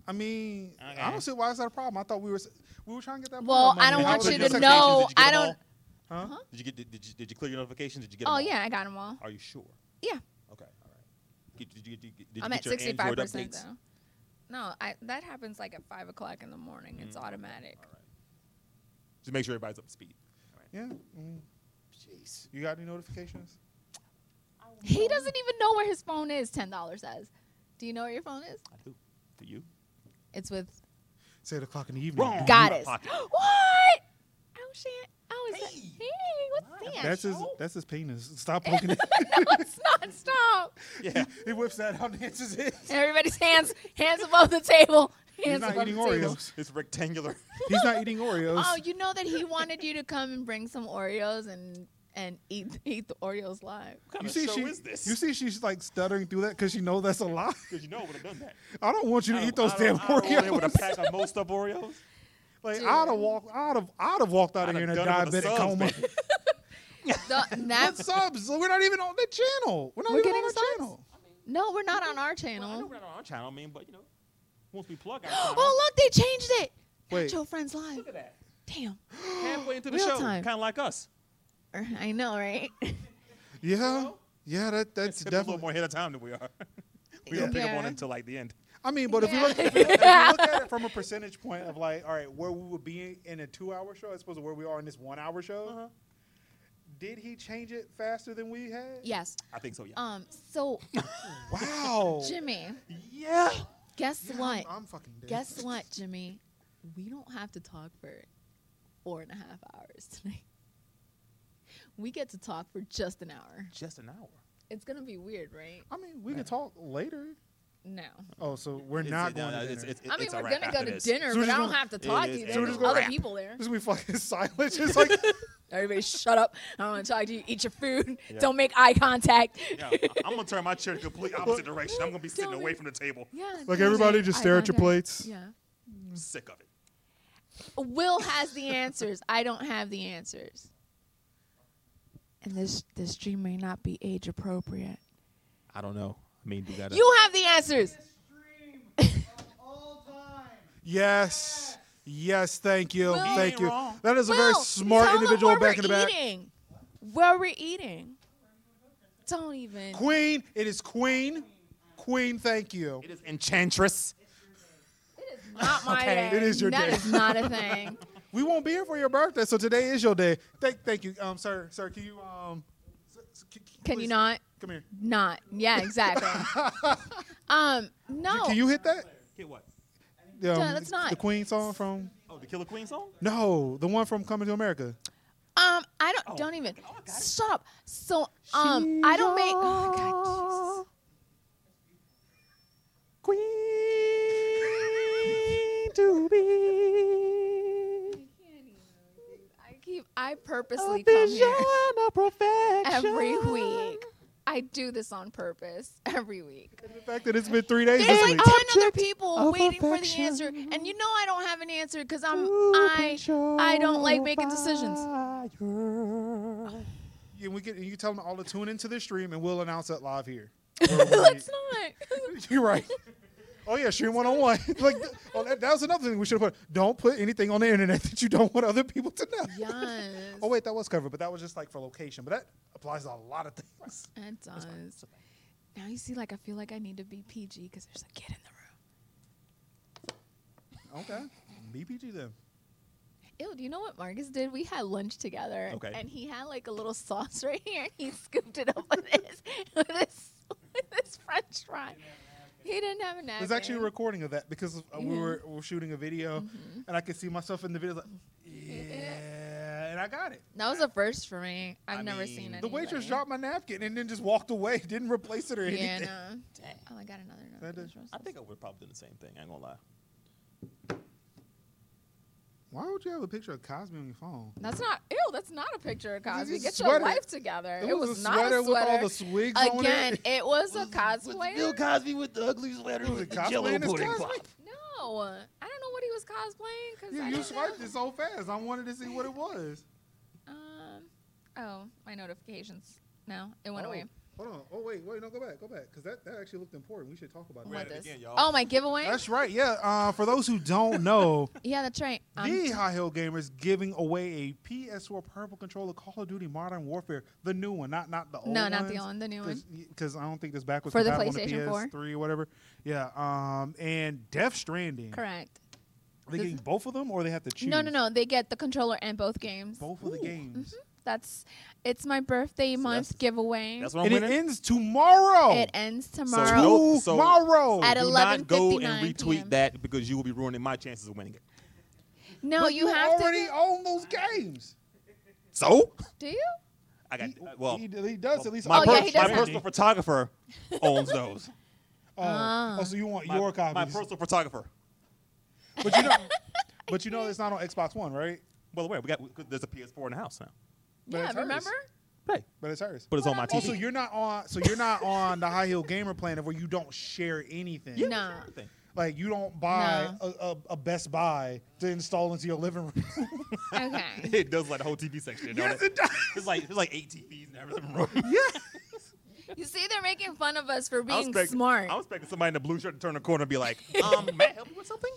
S1: I mean,
S2: Okay.
S1: I don't see why is that a problem. I thought we were s- we were trying to get that.
S3: Well,
S1: problem
S3: I don't
S1: on
S3: want
S1: there.
S3: you
S1: How
S3: to
S1: was your
S3: know-
S4: Did you get
S3: I
S4: them
S3: don't-
S1: sex- Huh?
S4: Did you get? Did, did you, did you clear your notifications? Did you get?
S3: Oh
S4: them all?
S3: yeah, I got them all.
S4: Are you sure?
S3: Yeah,
S4: Okay. All right. Did, did you, did you, did you
S3: I'm
S4: get
S3: at
S4: your
S3: sixty-five
S4: Android
S3: percent
S4: updates?
S3: though. No, I, that happens like at five o'clock in the morning. It's
S4: Mm.
S3: automatic.
S4: All right. Just make sure everybody's up to speed.
S1: Yeah. Mm.
S4: Jeez.
S1: You got any notifications?
S3: He doesn't even know where his phone is. Ten dollars says. Do you know where your phone is?
S4: I do. For you.
S3: It's with
S1: It's eight o'clock in the evening.
S4: Wrong.
S3: Goddess. what?
S4: Pocket.
S3: Oh shit! Oh, is that?
S4: Hey.
S3: Hey, what's that?
S1: That's his. That's his penis. Stop poking it.
S3: no, it's not. Stop.
S4: Yeah.
S1: he whips that out and answers it.
S3: Everybody's hands, hands above the table.
S1: He's
S3: Hands
S1: not
S3: above
S1: eating
S3: the table.
S1: Oreos.
S4: It's rectangular.
S1: He's not eating Oreos.
S3: Oh, you know that he wanted you to come and bring some Oreos and and eat eat the Oreos live.
S4: What kind
S1: You
S4: of
S1: see,
S4: show
S1: she,
S4: is this?
S1: you see, she's like stuttering through that because she knows that's a lie.
S4: Because you know I would have done that.
S1: I don't want you to eat those
S4: I
S1: damn
S4: don't- I don't want it With
S1: Oreos.
S4: a pack of most up Oreos.
S1: Like
S3: Dude.
S1: I'd have walked, I'd have, I'd have walked out of
S4: I'd
S1: here in
S4: have
S1: a
S4: done it with a
S1: diabetic
S4: subs,
S1: coma.
S4: baby.
S3: The, that,
S1: What subs? We're not even on the channel. We're not
S3: We're
S1: even on
S3: getting
S1: the
S3: subs?
S1: channel.
S3: no, we're not on our
S4: Well, I know
S3: channel.
S4: we're not on our channel, I mean, but you know, once we plug our channel,
S3: Oh look, they changed it.
S1: Wait.
S3: Nacho Friends Live.
S4: look at that.
S3: Damn.
S4: Halfway into the
S3: Real
S4: show,
S3: time.
S4: kind of like us.
S3: I know, right?
S1: Yeah,
S4: Well,
S1: yeah, that that's
S4: It's a little
S1: definitely.
S4: more ahead of time than we are. we don't pick up on
S3: Yeah.
S4: it until like the end.
S1: I mean, but if you
S3: Yeah.
S1: look, if you, if you look at it from a percentage point of like, all right, where we would be in a two-hour show as opposed to where we are in this one-hour show,
S4: Uh-huh.
S1: did he change it faster than we had?
S3: Yes.
S4: I think so. Yeah.
S3: Um. So,
S1: Wow.
S3: Jimmy,
S4: yeah.
S3: guess
S1: Yeah,
S3: what?
S1: I'm, I'm fucking dead.
S3: Guess what, Jimmy? we don't have to talk for four and a half hours tonight. We get to talk for just an hour.
S4: Just an hour.
S3: It's gonna be weird, right?
S1: I mean, we can talk later.
S3: No.
S1: Oh, so we're
S4: It's-
S1: not
S4: it-
S1: going
S4: no,
S1: to
S4: it's-
S1: dinner.
S4: it's-
S3: I mean,
S4: it's a
S3: we're
S4: wrap
S3: gonna go
S4: after
S3: to
S4: this.
S3: dinner,
S1: So we're
S3: but I
S1: just
S3: don't
S1: gonna-
S3: have to
S4: it
S3: talk to
S4: is-
S3: you.
S4: it
S3: There's
S1: is a
S3: other
S1: wrap.
S3: people there.
S1: This will be fucking silent. Just like
S3: Everybody, shut up! I don't want to talk to you. Eat your food.
S4: Yeah.
S3: Don't make eye contact.
S4: Yeah, I'm gonna turn my chair the complete opposite direction. I'm gonna be sitting away from the table.
S3: Yeah.
S1: Like,
S3: don't
S1: everybody
S3: make
S1: just
S3: eye
S1: stare at your
S3: contact.
S1: plates.
S3: Yeah.
S4: Sick of it.
S3: Will has the answers. I don't have the answers. And this this stream may not be age appropriate.
S4: I don't know. I mean, you gotta.
S3: You have the answers.
S5: Biggest stream of all time.
S1: yes, yes. Thank you,
S3: Will-
S1: thank
S4: You
S1: you.
S4: ain't wrong.
S1: That is a very
S3: Will,
S1: smart
S3: tell them
S1: individual
S3: where
S1: back in
S3: we're
S1: the back.
S3: Eating. Where we're eating. Don't even.
S1: Queen, it is Queen. Queen, thank you.
S4: it is enchantress.
S3: Not my
S1: Okay.
S3: day.
S1: It is your
S3: That
S1: day.
S3: is not a thing.
S1: We won't be here for your birthday, so today is your day. Thank, thank you, um, sir, sir. Can you, um, s- s- c- c-
S3: Can
S1: please
S3: you not?
S1: come here?
S3: Not. Yeah, exactly. um, no.
S1: Can you hit that?
S4: Get what?
S1: Yeah,
S3: No, that's not.
S1: the Queen song from.
S4: Oh, the Killer Queen song?
S1: No, the one from Coming to America.
S3: Um, I don't.
S4: Oh.
S3: Don't even.
S4: Oh, I got it.
S3: Shut up. So, um, I don't make. Oh, God, Jesus.
S4: Queen to be.
S3: I keep. I purposely come here every week. I do this on purpose every week.
S1: The fact that it's been three days
S3: There's
S1: this
S3: like
S1: week.
S3: ten other people waiting for the answer, and you know I don't have an answer because I'm I I don't like making decisions.
S1: and we get and you tell them all to tune into this stream, and we'll announce it live here.
S3: Let's not.
S1: You're right. Oh yeah, stream one on one. Like, th- oh, that, that was another thing we should have put. Don't put anything on the internet that you don't want other people to know.
S3: yes.
S1: Oh wait, that was covered, but that was just like for location. But that applies to a lot of things.
S3: It does. Now you see, like I feel like I need to be PG because there's a kid in the room.
S1: Okay, BPG them.
S3: Ew, do you know what Marcus did? We had lunch together.
S4: Okay.
S3: And he had like a little sauce right here and he scooped it up with his with his, with his French fry. He didn't have a napkin.
S1: There's actually a recording of that because uh, we
S3: Yeah.
S1: were we were shooting a video,
S3: Mm-hmm.
S1: and I could see myself in the video. Like, yeah, and I got it.
S3: That was a first for me. I've
S2: I
S3: never
S2: mean,
S3: seen
S2: the
S3: it.
S1: The waitress dropped my napkin and then just walked away. Didn't replace it or anything.
S3: Yeah, no. Oh, I got another
S1: That
S3: napkin.
S1: is-
S4: I think I would have probably done the same thing. I ain't gonna lie.
S1: Why would you have a picture of Cosby on your phone?
S3: That's not ew. That's not a picture of Cosby.
S1: just
S3: Get
S1: a
S3: your
S1: sweater.
S3: life together. It, was,
S1: a
S3: not
S1: sweater,
S3: a sweater.
S1: with all the swigs on it.
S3: Again, it. was a
S2: Bill
S3: cosplayer.
S2: Cosby with the ugly sweater
S1: Was
S2: with
S1: it
S2: the
S1: Cosby
S2: jello
S1: and his
S2: pudding
S1: Cosby?
S2: pop.
S3: No, I don't know what he was cosplaying because
S1: You,
S3: I
S1: you
S3: don't know.
S1: swiped it so fast. I wanted to see what it was.
S3: Um. Oh, my notifications. No, it went
S1: oh,
S3: away.
S1: Hold on. Oh wait, wait, no, go back, go back, because that, that actually looked important. We should talk about
S3: What
S1: that.
S4: it
S3: this?
S4: again, y'all.
S3: oh, my giveaway.
S1: That's right. Yeah. Uh, for those who don't know,
S3: yeah, that's right. Um,
S1: the High Hill Gamers giving away a PS4 purple controller Call of Duty Modern Warfare, the new one, not not the old.
S3: no, not the
S1: ones.
S3: old, the new one.
S1: Because I don't think this backwards
S3: For the
S1: compatible on
S3: PlayStation 4?
S1: the PS3 or whatever. Yeah. Um, and Death Stranding.
S3: Correct.
S1: Are they getting both of them, or they have to choose?
S3: No, no, no. mm-hmm. They get the controller and both games.
S1: Both of the games.
S3: That's it's my birthday month giveaway.
S4: That's what I'm
S1: And it
S4: winning.
S1: ends tomorrow.
S3: it ends
S4: So
S3: tomorrow.
S4: no- so-
S1: Tomorrow.
S3: At
S4: do not
S3: 11:59
S4: go and retweet
S3: PM.
S4: that because you will be ruining my chances of winning it.
S3: no,
S1: But
S3: you, have to.
S1: already
S3: get-
S1: own those games.
S4: So
S3: Do you?
S4: I got
S1: He-
S4: uh, well.
S1: he, he does at least.
S4: my,
S3: Oh,
S4: per-
S3: yeah, he does
S4: my
S3: have-
S4: personal photographer owns those.
S1: Uh, Oh,
S3: Ah.
S1: oh, so you want
S4: My,
S1: your copies?
S4: my personal photographer.
S1: but you know, but you know, it's not on Xbox One, right?
S4: By the way, we got there's a PS4 in the house now.
S1: But
S3: yeah,
S1: it's hers.
S3: remember?
S4: Right,
S1: But it's hers.
S4: but it's on my
S3: What
S4: TV.
S3: I
S1: Oh, so you're not on. So you're not on the High Heel Gamer plan of where you don't share anything.
S4: yeah,
S3: Nah.
S4: sure, everything.
S1: Like you don't buy a, a, a Best Buy to install into your living room.
S3: Okay.
S4: It does like the whole TV section. Yes, it? does. It's like it's like eight TVs in every living room.
S3: you see, they're making fun of us for
S4: I was
S3: being
S4: expecting-
S3: smart.
S4: I was expecting somebody in a blue shirt to turn the corner and be like, "Um, may I help you with something?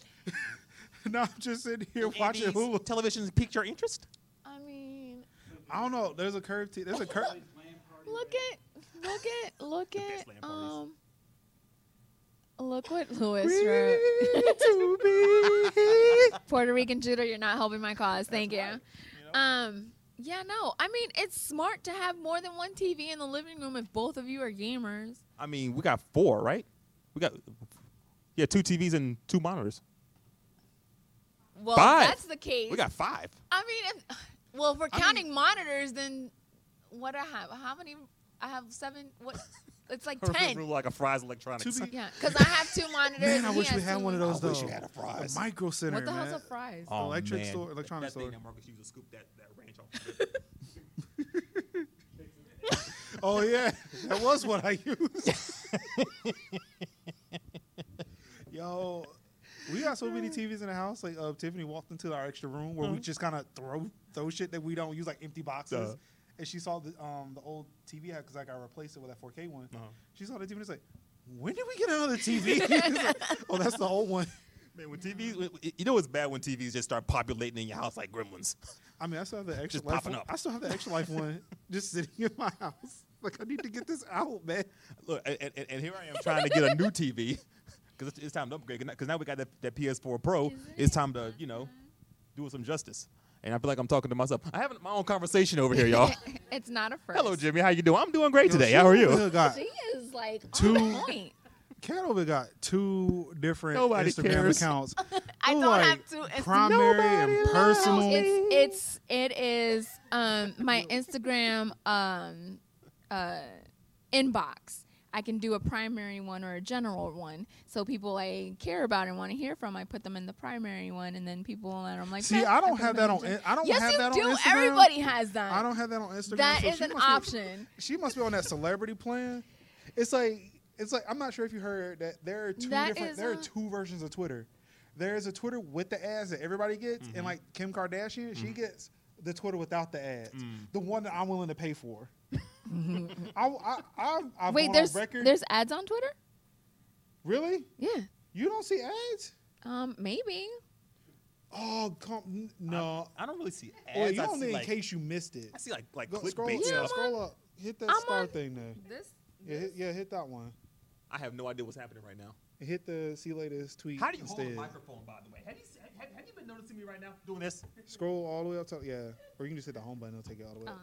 S1: no, I'm just sitting here watching
S4: Andy's
S1: Hulu.
S4: Television piqued your interest?
S3: I mean,
S1: I don't know. There's a curve. T- there's a curve.
S5: These LAN parties
S3: look
S5: are-
S3: at, look at, look at,
S4: best land parties.
S3: um, look what Lewis wrote. Puerto Rican Judah, you're not helping my cause. Thank you. Um, yeah, no. I mean, it's smart to have more than one TV in the living room if both of you are gamers.
S4: I mean, we got four, right? We got yeah, two TVs and two monitors.
S3: well,
S2: Five.
S3: that's the case.
S2: We got five.
S3: I mean, if, well, if we're
S2: I mean-
S3: counting monitors, then what I have? How many? I have seven. What? It's like
S2: Perfect
S3: ten.
S2: rule like a Fry's electronics.
S1: To be-
S3: Yeah, because I have two monitors.
S1: Man,
S3: and
S1: I
S3: he
S1: wish we
S3: has
S1: had
S3: two
S1: one of
S3: mon-
S1: those.
S2: I wish
S1: though.
S2: you had a fries.
S1: The micro center,
S3: What the
S1: man.
S3: hell's a fries?
S1: Oh, Electric store-
S4: That-
S1: electronic
S4: that thing
S1: store.
S4: that Marcus used to scoop that, that ranch off.
S1: Oh yeah, that was what I used. Yo, we got so many TVs in the house. Like, uh, Tiffany walked into our extra room
S2: Uh-huh.
S1: where we just kind of throw throw shit that we don't use, like empty boxes.
S4: Duh.
S1: And she saw the um the old TV I because like I replaced it with that 4K one.
S4: Uh-huh.
S1: She saw the TV and was like, "When did we get another TV?" It's like, oh, that's the old one.
S2: Man, when TVs, when- you know it's bad when TVs just start populating in your house like gremlins.
S1: I mean, I still have the extra
S2: Just
S1: life.
S2: popping
S1: one.
S2: up.
S1: I still have the extra life one just sitting in my house. Like, I need to get this out, man.
S2: Look, and, and, and here I am trying to get a new TV because it's, it's time to upgrade. Because now we got that, that PS4 Pro. It's time to, you know, do it some justice. And I feel like I'm talking to myself. I having my own conversation over here, y'all.
S3: It's not a fries.
S2: Hello, Jimmy. How you doing? I'm doing
S1: Yo,
S2: great today.
S1: she
S2: How are
S1: really
S2: you?
S1: Got,
S3: She is like
S1: Two-
S3: on point.
S1: Cat over got two different
S2: Nobody
S1: Instagram
S2: cares.
S1: accounts.
S3: I
S1: They're
S3: don't have two Insta-
S1: primary and
S2: Nobody
S1: personal.
S2: loves
S3: It's it's it is um my Instagram um uh inbox. I can do a primary one or a general one. So people I care about and want to hear from, I put them in the primary one, and then people that I'm like,
S1: See,
S3: "Meh,"
S1: I don't
S3: put
S1: have
S3: them
S1: that
S3: in the
S1: on
S3: gen-
S1: In- I don't
S3: yes,
S1: have
S3: you
S1: that on
S3: do.
S1: Instagram.
S3: Everybody has that.
S1: I don't have that on Instagram.
S3: That
S1: so
S3: is
S1: she
S3: an
S1: must be-
S3: option.
S1: she must be on that celebrity plan. It's like it's like I'm not sure if you heard that there are two
S3: That
S1: different
S3: is
S1: there are
S3: a-
S1: two versions of Twitter. There is a Twitter with the ads that everybody gets,
S4: Mm-hmm.
S1: and like Kim Kardashian, she gets the Twitter without the ads,
S4: Mm.
S1: the one that I'm willing to pay for. I, I, I, I've
S3: Mm-hmm. Wait,
S1: gone
S3: there's
S1: on record.
S3: there's ads on Twitter?
S1: really
S3: Yeah.
S1: you don't see ads?
S3: Um, maybe.
S1: Oh, come, n- no.
S4: I don't really see ads.
S1: Well, you
S4: I
S1: don't
S4: see,
S1: need in
S4: like,
S1: case you missed it.
S4: I see like like
S1: Go- scroll,
S4: clickbait
S1: yeah,
S4: stuff.
S1: scroll up. Hit that
S3: I'm
S1: star
S3: on-
S1: thing there.
S3: This.
S1: Yeah, hit, yeah, hit that one.
S4: I have no idea what's happening right now.
S1: Hit the see latest tweet
S4: How do you hold
S1: instead.
S4: the microphone, by the way? Have you, se- have, have you been noticing me right now doing this?
S1: Scroll all the way up top. Yeah, or you can just hit the home button. It'll take you all the way.
S3: Uh,
S1: up.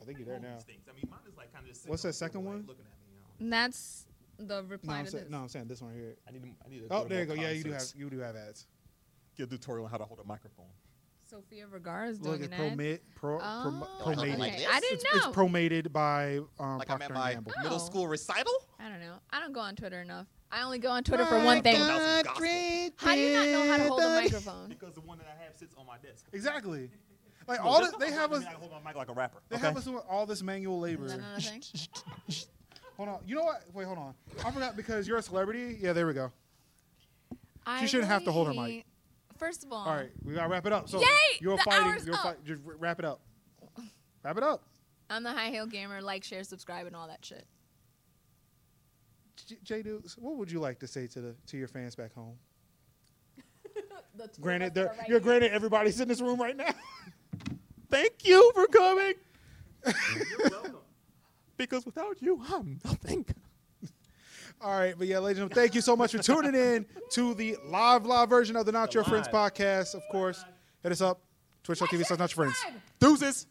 S1: I think you're there
S4: All
S1: now.
S4: these things. I mean, mine is like kind of just. sitting
S1: What's
S4: on
S1: that
S4: the table,
S1: second
S4: like,
S1: one?
S4: Looking at me, you know.
S3: That's the
S1: No,
S3: reply
S1: I'm
S3: to
S1: saying,
S3: this.
S1: no, I'm saying this one here.
S4: I need to. I need to
S1: Oh,
S4: to
S1: there you go.
S4: more
S1: Yeah, you do have
S4: concerts.
S1: you do have ads.
S4: Get a tutorial on how to hold a microphone.
S3: Sophia Vergara is doing
S1: Look,
S3: an
S1: it's promate, pro,
S3: Oh,
S1: prom,
S2: okay.
S1: promated.
S2: Like
S3: I
S2: this?
S3: didn't
S1: it's,
S3: know.
S1: it's promated by um,
S2: Like I'm
S1: Procter
S2: at
S1: and
S2: my
S1: Gamble.
S2: middle
S3: Oh.
S2: school recital.
S3: I don't know. I don't go on Twitter enough. I only go on Twitter for one thing.
S2: God.
S3: How do you not know how to hold a microphone?
S4: Because the one that I have sits on my desk.
S1: Exactly. Like
S4: No,
S1: all
S4: this
S1: the,
S4: one
S1: they
S4: I
S1: have
S4: mean,
S1: us.
S4: I can hold my mic like a rapper.
S1: They
S4: okay?
S1: have us doing all this manual labor.
S3: Is that another thing?
S1: Hold on. You know what? Wait, hold on. I forgot because you're a celebrity. Yeah, there we go.
S3: I
S1: shouldn't have to hold her mic.
S3: really- First of all,
S1: All right, we gotta wrap it up. So
S3: Yay!
S1: you're
S3: The
S1: fighting.
S3: hour's
S1: You're
S3: up.
S1: fight. Just r- wrap it up. Wrap it up.
S3: I'm the high heel gamer. Like, share, subscribe, and all that shit.
S1: J- Jay Dukes, what would you like to say to the to your fans back home? Granted, they're, you're granted everybody's in this room right now.
S2: Thank you for coming.
S4: You're welcome.
S2: Because without you, I'm nothing.
S1: All right, but yeah, ladies and gentlemen, thank you so much for tuning in to the live live version of the Not Your Friends
S4: live.
S1: podcast. Of course, hit us up twitch.tv slash not your friends.
S2: Deuces.